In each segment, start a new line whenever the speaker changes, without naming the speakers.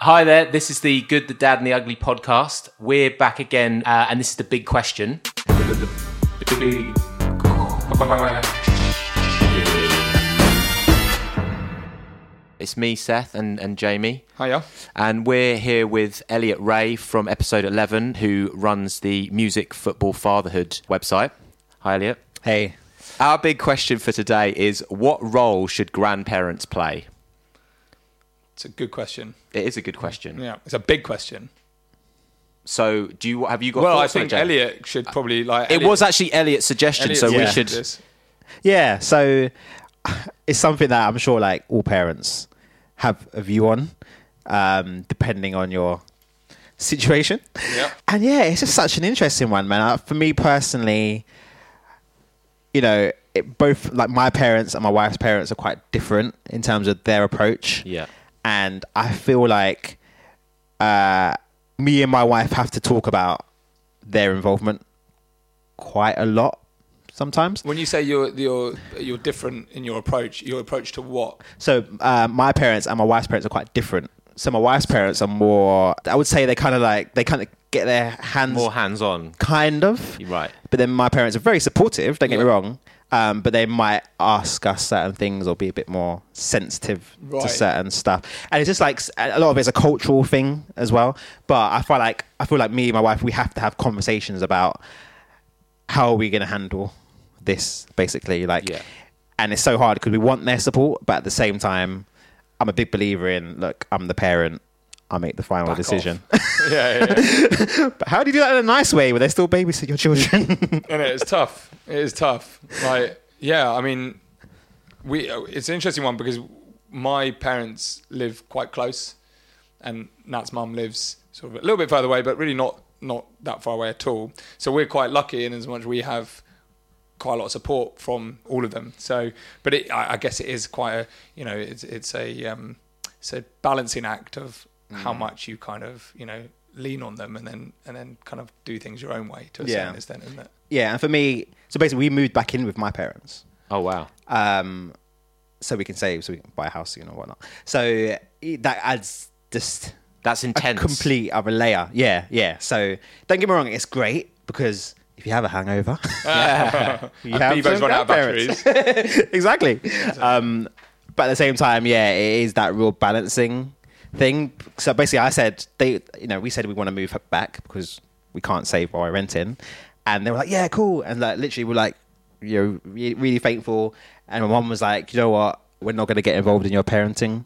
Hi there. This is the Good, the Dad, and the Ugly podcast. We're back again, uh, and this is the big question. It's me, Seth, and, and Jamie.
Hiya.
And we're here with Elliot Ray from episode 11, who runs the Music Football Fatherhood website. Hi, Elliot.
Hey,
Our big question for today is what role should grandparents play?
It's a good question.
It is a good question.
Yeah, it's a big question.
So, do you have you got?
Well, I
thoughts on it,
think
Jamie?
Elliot should probably like.
It
Elliot-
was actually Elliot's suggestion,
Elliot
so we
yeah.
should.
this.
yeah. So it's something that I'm sure like all parents have a view on, um, depending on your situation.
Yeah.
And yeah, it's just such an interesting one, man. Uh, For me personally, you know, it, both like my parents and my wife's parents are quite different in terms of their approach.
Yeah.
And I feel like uh, me and my wife have to talk about their involvement quite a lot sometimes.
When you say you're you're you're different in your approach, your approach to what?
So uh, my parents and my wife's parents are quite different. So my wife's parents are more. I would say they kind of like they kind of get their hands
More hands-on.
kind of
You're right.
But then my parents are very supportive. Don't get me
Yeah.
wrong. Um, but they might ask us certain things or be a bit more sensitive to
Right.
certain stuff. And it's just like s- a lot of it's a cultural thing as well. But I feel like I feel like me and my wife we have to have conversations about how are we going to handle this basically like
Yeah.
and it's so hard because we want their support but at the same time i'm a big believer in look i'm the parent i make the final
Back off.
decision
yeah, yeah, yeah.
but how do you do that in a nice way where they still babysit your children
and it's tough. It is tough. Like, yeah, I mean, we. It's an interesting one because my parents live quite close, and Nat's mum lives sort of a little bit further away, but really not not that far away at all. So we're quite lucky in as much we have quite a lot of support from all of them. So, but it, I, I guess it is quite a you know it's it's a um, it's a balancing act of how much you kind of you know lean on them and then and then kind of do things your own way to a
Yeah.
certain extent, isn't it?
yeah and for me so basically we moved back in with my parents
Oh wow.
um, so we can save, so we can buy a house, you know, whatnot. So it- that adds just
That's intense.
a complete other layer. Yeah, yeah. So don't get me wrong, it's great because if you have a hangover, you
And
have
Bevo's
some
run out of
grandparents. exactly. Um, but at the same time, yeah, it is that real balancing thing. So basically, I said they, you know, we said we want to move back because we can't save while we're renting, and they were like, yeah, cool, and like literally we're like, you know, re- really thankful. And my mum was like, you know what, we're not going to get involved in your parenting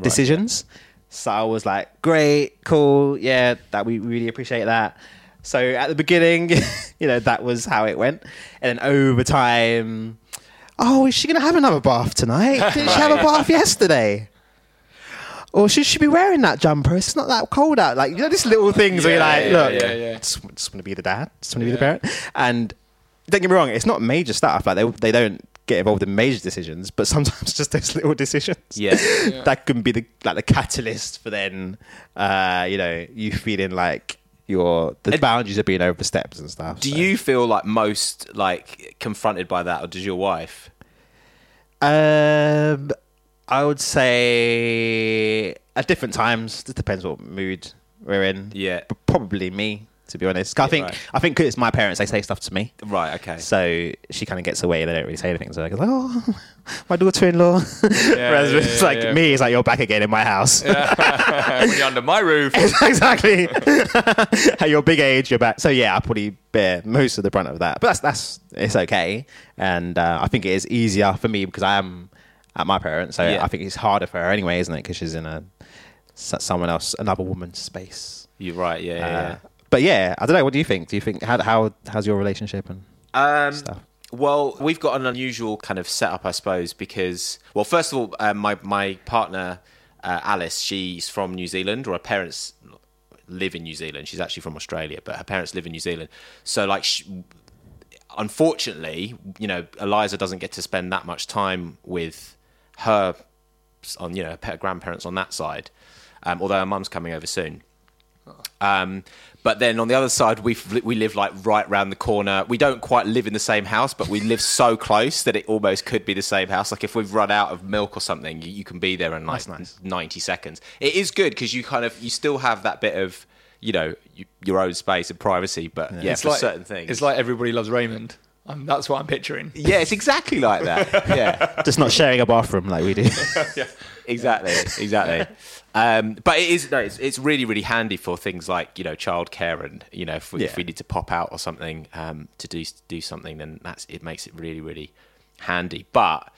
decisions. So I was like, great, cool, yeah, that we really appreciate that. So at the beginning, you know, that was how it went, and then over time, oh, is she going to have another bath tonight? Didn't she have a bath yesterday? Or should she be wearing that jumper? It's not that cold out. Like, you know, these little things where you're
Yeah,
like, look,
yeah, yeah.
just, just want to be the dad, just want to be the parent. And don't get me wrong, it's not major stuff. Like, they, they don't get involved in major decisions, but sometimes just those little decisions.
Yeah.
that can be the like the catalyst for then, uh, you know, you feeling like your the boundaries are being overstepped and stuff.
Do
so.
you feel like most like confronted by that, or does your wife?
Um, I would say at different times. Just depends what mood we're in.
Yeah.
but probably me to be honest. 'Cause I think
right.
I think 'cause it's my parents. They say stuff to me.
Right. Okay.
So she kind of gets away. They don't really say anything. So I go, oh, my daughter-in-law. Whereas
yeah,
it's
yeah,
like
yeah.
me, it's like you're back again in my house.
when you're under my roof.
exactly. At your big age, you're back. So yeah, I probably bear most of the brunt of that. But that's that's it's okay, and uh, I think it is easier for me because I am at my parents. So
Yeah.
I think it's harder for her anyway, isn't it? Because she's in a s- someone else, another woman's space.
You're right. Yeah. yeah, yeah.
Uh, but yeah, I don't know. What do you think? Do you think how how how's your relationship and
Um,
stuff?
Well, we've got an unusual kind of setup, I suppose, because well, first of all, uh, my my partner uh, Alice, she's from New Zealand, or her parents live in New Zealand. She's actually from Australia, but her parents live in New Zealand. So, like, sh unfortunately, you know, Eliza doesn't get to spend that much time with her on you know her grandparents on that side. Um, although her mum's coming over soon. Um, but then on the other side, we f- we live like right round the corner. We don't quite live in the same house, but we live so close that it almost could be the same house. Like if we've run out of milk or something, you, you can be there in like
That's nice.
ninety seconds. It is good because you kind of you still have that bit of you know y- your own space and privacy, but yeah,
it's
for
like
certain things.
It's like everybody loves Raymond. Um, that's what I'm picturing.
yeah, it's exactly like that. Yeah.
Just not sharing a bathroom like we do.
exactly, exactly. um, but it is no, it's, it's really really handy for things like you know childcare and you know if we, if
Yeah.
we need to pop out or something um, to do do something, then that's it makes it really really handy. But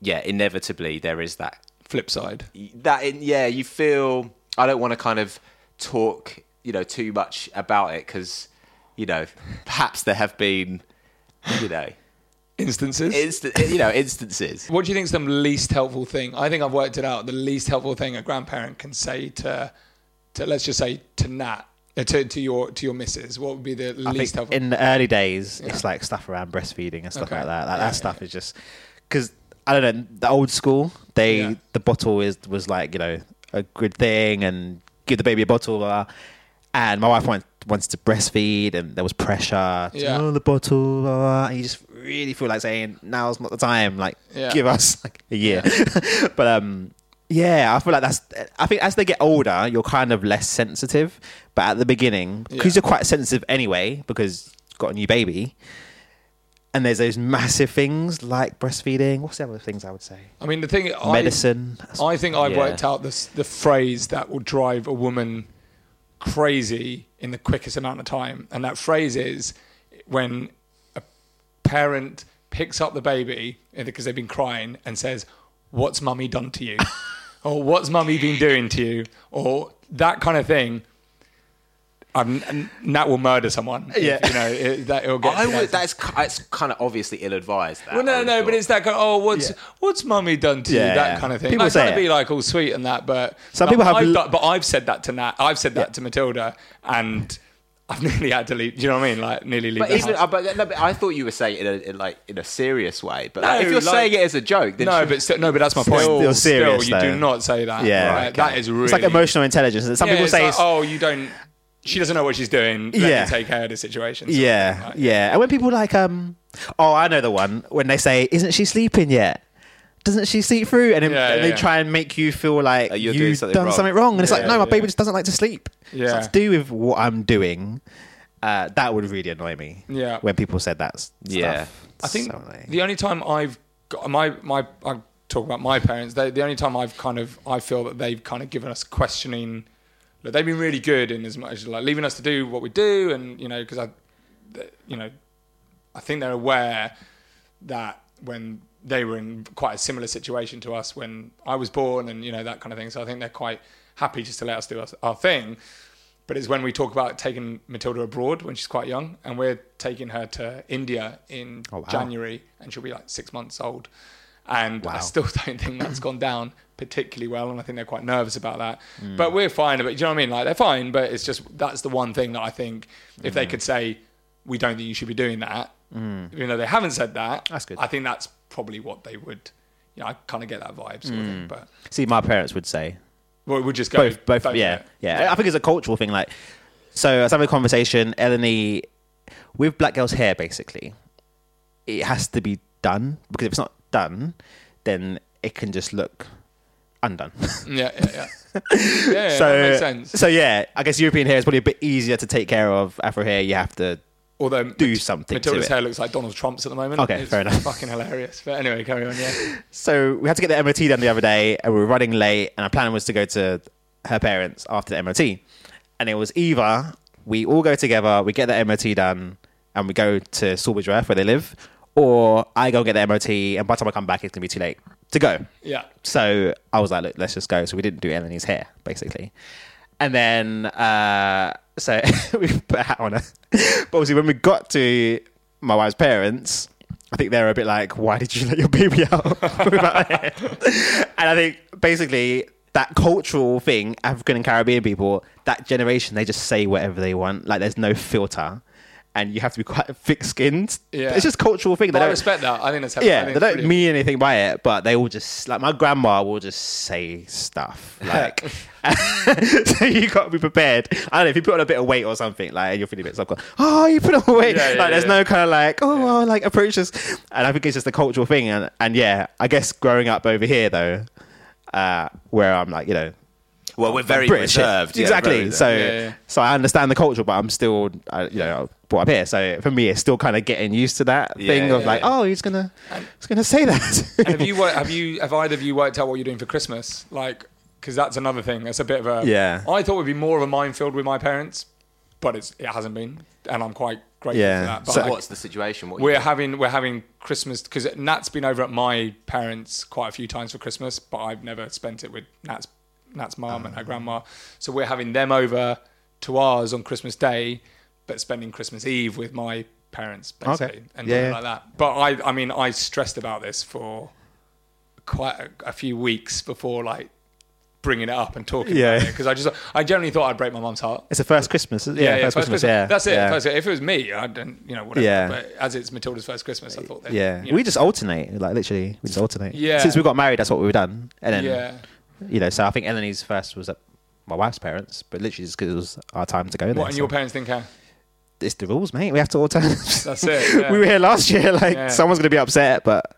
yeah, inevitably there is that
Flip side.
that in, yeah you feel I don't want to kind of talk you know too much about it because you know perhaps there have been you know
Instances.
insta- you know instances.
what do you think is the least helpful thing? I think I've worked it out. The least helpful thing a grandparent can say to, to let's just say to Nat, uh, to, to your to your missus. What would be the
I
least
think
helpful?
in the early days, it's like stuff around breastfeeding and stuff
Okay.
like that. Like
Yeah,
that stuff is just because I don't know the old school. They
Yeah.
the bottle is was like you know a good thing and give the baby a bottle. Blah, blah. And my wife went, wanted to breastfeed, and there was pressure.
Yeah.
Yeah. Oh, the bottle. Blah, blah. And you just really feel like saying, "Now's not the time." Like,
Yeah.
give us like a year. but um, yeah, I feel like that's. I think as they get older, you're kind of less sensitive. But at the beginning,
Yeah.
because you're quite sensitive anyway, because you've got a new baby, and there's those massive things like breastfeeding. What's the other things I would say?
I mean, the thing. Oh, I,
Medicine.
I think I've
Yeah.
worked out this, the phrase that will drive a woman crazy in the quickest amount of time. And that phrase is when a parent picks up the baby uh, because they've been crying and says, What's mummy done to you? or What's mummy been doing to you? Or that kind of thing. I'm, and that will murder someone. if,
Yeah.
you know it, that it'll get.
I
to that
would, that's ki- it's kind of obviously ill-advised. That,
well,
I
no,
would
no,
have
but
thought.
it's that kind of, oh, what's
Yeah.
what's mummy done to you?
Yeah,
That
yeah.
kind of thing.
People
People I trying
say
to be
it.
like all sweet and that, but
Some
but
people have
I've
l-
done- but I've said that to Nat. I've said that
Yeah.
to Matilda, and I've nearly had to leave. Do you know what I mean? Like nearly leave.
But
the
even
house.
uh, but, no, but I thought you were saying it in a, in like in a serious way. But
No,
like, if you're
like-
saying it as a joke, then
no,
should-
but still, no, but that's my
Still-
point.
still serious,
still, you do
though.
not say that.
Yeah.
right?
Okay.
that is really.
It's like emotional intelligence. Some
yeah,
people
it's
say
like,
it's-
oh, you don't. She doesn't know what she's doing. Let yeah,
Yeah.
me take care of the situation. sort of thing,
Yeah,
right?
yeah. And when people like, um, oh, I know the one when they say, "Isn't she sleeping yet? Doesn't she sleep through?" And, then,
Yeah,
and
yeah.
they try and make you feel like
you're
you've
doing something
done
wrong.
something wrong, and it's like,
Yeah,
no, my
yeah.
baby just doesn't like to sleep. It's
Yeah.
like to do with what I'm doing. Uh, that would really annoy me.
Yeah.
when people said that. s- Stuff.
Yeah.
I think
So annoying.
the only time I've got my my I talk about my parents. They, the only time I've kind of I feel that they've kind of given us questioning. Like they've been really good in as much as like leaving us to do what we do, and you know because I, th- you know, I think they're aware that when they were in quite a similar situation to us when I was born, and you know that kind of thing. So I think they're quite happy just to let us do us, our thing. But it's when we talk about taking Matilda abroad when she's quite young, and we're taking her to India in
Oh, wow.
January, and she'll be like six months old. And I
Wow.
still don't think that's gone down particularly well, and I think they're quite nervous about that.
Hmm.
But we're fine about, do you know what I mean? Like they're fine, but it's just that's the one thing that I think if
Hmm.
they could say we don't think you should be doing that, even though they haven't said that,
That's good.
I think that's probably what they would. You know, I kind of get that vibe, sort of thing. But
See, my parents would say
well, we'll just go
Hmm. both, both,
don't
yeah,
do it.
yeah, I think it's a cultural thing. Like, so I was having a conversation, Eleni, with black girls' hair. Basically, it has to be done because if it's not done, then it can just look undone.
yeah, yeah, yeah. yeah, yeah
so,
that makes sense.
so yeah, I guess European hair is probably a bit easier to take care of. Afro hair, you have to
Although
do something to
Matilda's
it.
hair looks like Donald Trump's at the moment.
Okay,
It's
fair enough.
Fucking hilarious. But anyway, carry on. Yeah,
So we had to get the MOT done the other day, and we were running late. And our plan was to go to her parents after the MOT, and it was either we all go together, we get the MOT done, and we go to Sawbridge Drive where they live, or I go and get the MOT, and by the time I come back, it's gonna be too late to go.
yeah.
So I was like, look, let's just go. So we didn't do Eleni's hair, basically. And then, uh, so we put a hat on her. But obviously, when we got to my wife's parents, I think they were a bit like, why did you let your baby out without a hair? And I think basically that cultural thing, African and Caribbean people, that generation, they just say whatever they want. Like there's no filter. and you have to be quite thick-skinned.
Yeah.
It's just a cultural thing. They
But I
don't-
respect that. I think that's
yeah,
I
they
think
don't
it's brilliant.
mean anything by it, but they all just like my grandma will just say stuff like. so you got to be prepared. I don't know if you put on a bit of weight or something, like and you're feeling a bit subcon. Oh, you put on weight.
Yeah, yeah,
like there's
yeah.
no kind of like oh, oh, like approaches, and I think it's just a cultural thing. And and yeah, I guess growing up over here though, uh, where I'm like you know
Well, we're very
British
reserved. yeah,
exactly.
very-
so
Yeah, yeah.
so I understand the culture, but I'm still I, you know brought up here. So for me, it's still kind of getting used to that
Yeah,
thing of
yeah.
like, oh, he's gonna he's gonna say that.
And have you wor- have you have either of you worked out what you're doing for Christmas? Like, because that's another thing. That's a bit of a
Yeah.
I thought it would be more of a minefield with my parents, but it's it hasn't been, and I'm quite grateful
Yeah.
for that. But
So-
like,
what's the situation? What
we're having we're having Christmas because Nat's been over at my parents quite a few times for Christmas, but I've never spent it with Nat's Nat's mum
Ah.
and her grandma. So we're having them over to ours on Christmas Day, but spending Christmas Eve with my parents basically and something
Yeah, yeah.
like that. But I I mean I stressed about this for quite a, a few weeks before like bringing it up and talking
Yeah.
about it because I just I generally thought I'd break my mum's heart.
It's the first Christmas. isn't it?
Yeah, yeah, first Christmas.
Yeah,
That's it.
Yeah.
First, if it was me, I don't, you know, whatever.
Yeah.
But as it's Matilda's first Christmas, I thought that.
yeah.
you know,
we just alternate, like literally, we just alternate.
Yeah.
Since we got married, that's what we've done, and then
yeah.
you know, so I think Eleanor's first was at my wife's parents, but literally just because it was our time to go there.
What and
so-
your parents think? Huh?
it's the rules, mate. We have to alternate.
That's it, yeah.
we were here last year. Like
Yeah.
someone's gonna be upset, but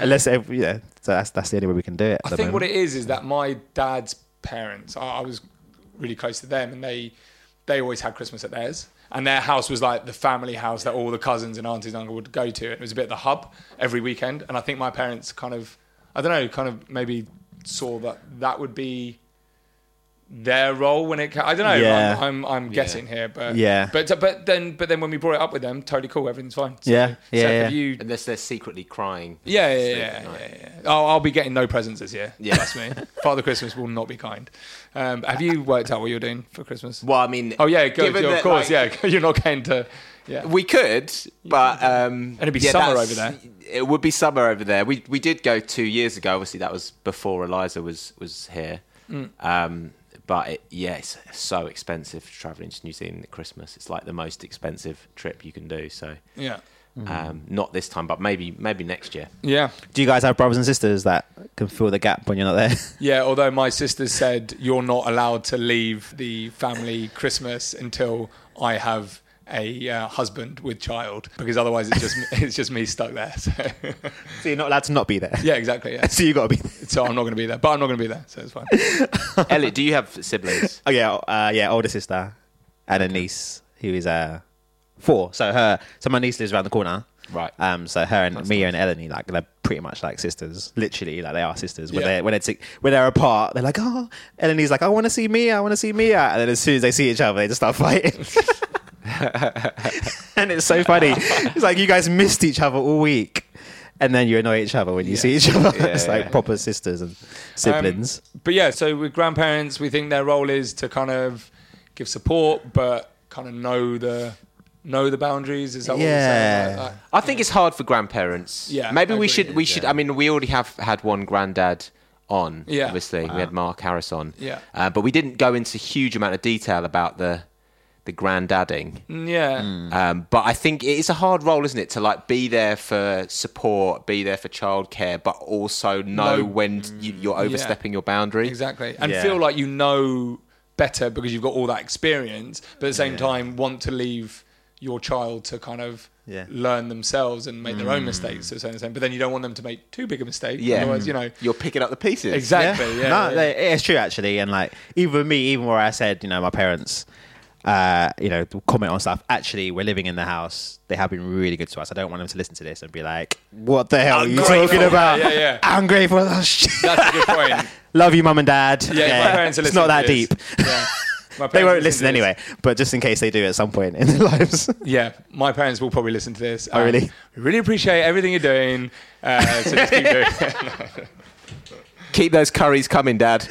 unless every, yeah, so that's that's the only way we can do it. At
I
the
think what
moment.
it is is that my dad's parents, I, I was really close to them, and they they always had Christmas at theirs, and their house was like the family house that all the cousins and aunties and uncle would go to. It was a bit of the hub every weekend, and I think my parents kind of, I don't know, kind of maybe saw that that would be their role when it. ca- I don't know.
Yeah.
I'm I'm, I'm guessing here, but
Yeah.
but but then but then when we brought it up with them, totally cool, everything's fine. So-
Yeah, yeah,
so
yeah.
Have you
Unless they're secretly crying.
yeah, yeah,
Sleep
yeah,
at
yeah,
night.
yeah, yeah. Oh, I'll be getting no presents this year.
Yeah.
Trust me. Father Christmas will not be kind. Um, have you worked out what you're doing for Christmas?
Well, I mean,
Oh yeah, go,
given
yeah, of
that,
course.
like,
yeah, you're not going to. Yeah,
We could, but um,
And it'd be
yeah,
summer
that's-
over there.
It would be summer over there. We we did go two years ago. Obviously, that was before Eliza was was here.
Mm.
Um, but it, yeah, it's so expensive traveling to New Zealand at Christmas. It's like the most expensive trip you can do. So
yeah, Mm.
um, not this time, but maybe maybe next year.
yeah,
do you guys have brothers and sisters that can fill the gap when you're not there?
yeah. Although my sister said you're not allowed to leave the family Christmas until I have a uh, husband with child, because otherwise it's just it's just me stuck there. So,
so you're not allowed to not be there.
yeah, exactly. Yeah.
So you got to be. There.
So I'm not going to be there, but I'm not going to be there, so it's fine.
Elliot, do you have siblings?
Oh yeah, uh, yeah, older sister and a niece who is uh, four. So her, so my niece lives around the corner.
Right.
Um. So her and Mia and Eleni like they're pretty much like sisters. Literally, like they are sisters. When
Yeah.
they when they when they're apart, they're like, oh, Eleni's like, I want to see Mia, I want to see Mia, and then as soon as they see each other, they just start fighting. and it's so funny. It's like you guys missed each other all week. And then you annoy each other when you see each other. it's
yeah,
like
yeah.
proper sisters and siblings.
Um, But yeah, so with grandparents, we think their role is to kind of give support, but kind of know the know the boundaries. Is that what
Yeah.
we're saying? Like that?
I think it's hard for grandparents.
Yeah,
maybe
I
we
agree.
should we should. I mean, we already have had one granddad on.
Yeah.
obviously we had Mark Harris on.
Yeah.
uh, but we didn't go into huge amount of detail about the the granddadding.
Mm, yeah,
Um, but I think it is a hard role, isn't it, to like be there for support, be there for childcare, but also know
No. Mm.
when you, you're overstepping your boundary.
exactly. And
Yeah.
feel like you know better because you've got all that experience, but at the same time, want to leave your child to kind of
Yeah.
learn themselves and make their own mistakes. So saying the same, but then you don't want them to make too big a mistake.
Yeah,
otherwise, you know,
you're picking up the pieces.
exactly. Yeah,
no,
yeah.
they- it's true actually, and like even me, even where I said, you know, my parents, uh, you know, comment on stuff. Actually, we're living in the house. They have been really good to us. I don't want them to listen to this and be like, "What the hell are you
Ungrateful.
talking about?"
Yeah, yeah.
I'm grateful. Oh, shit.
that's a good point.
Love you, mum and dad.
Yeah, my parents are
it's not that
listening
deep.
to this. Yeah. My
They
parents
won't listen
to this.
anyway, but just in case they do at some point in their lives.
Yeah, my parents will probably listen to this.
Oh, really?
Um, We really appreciate everything you're doing. Uh, so just keep doing it.
Keep those curries coming, Dad.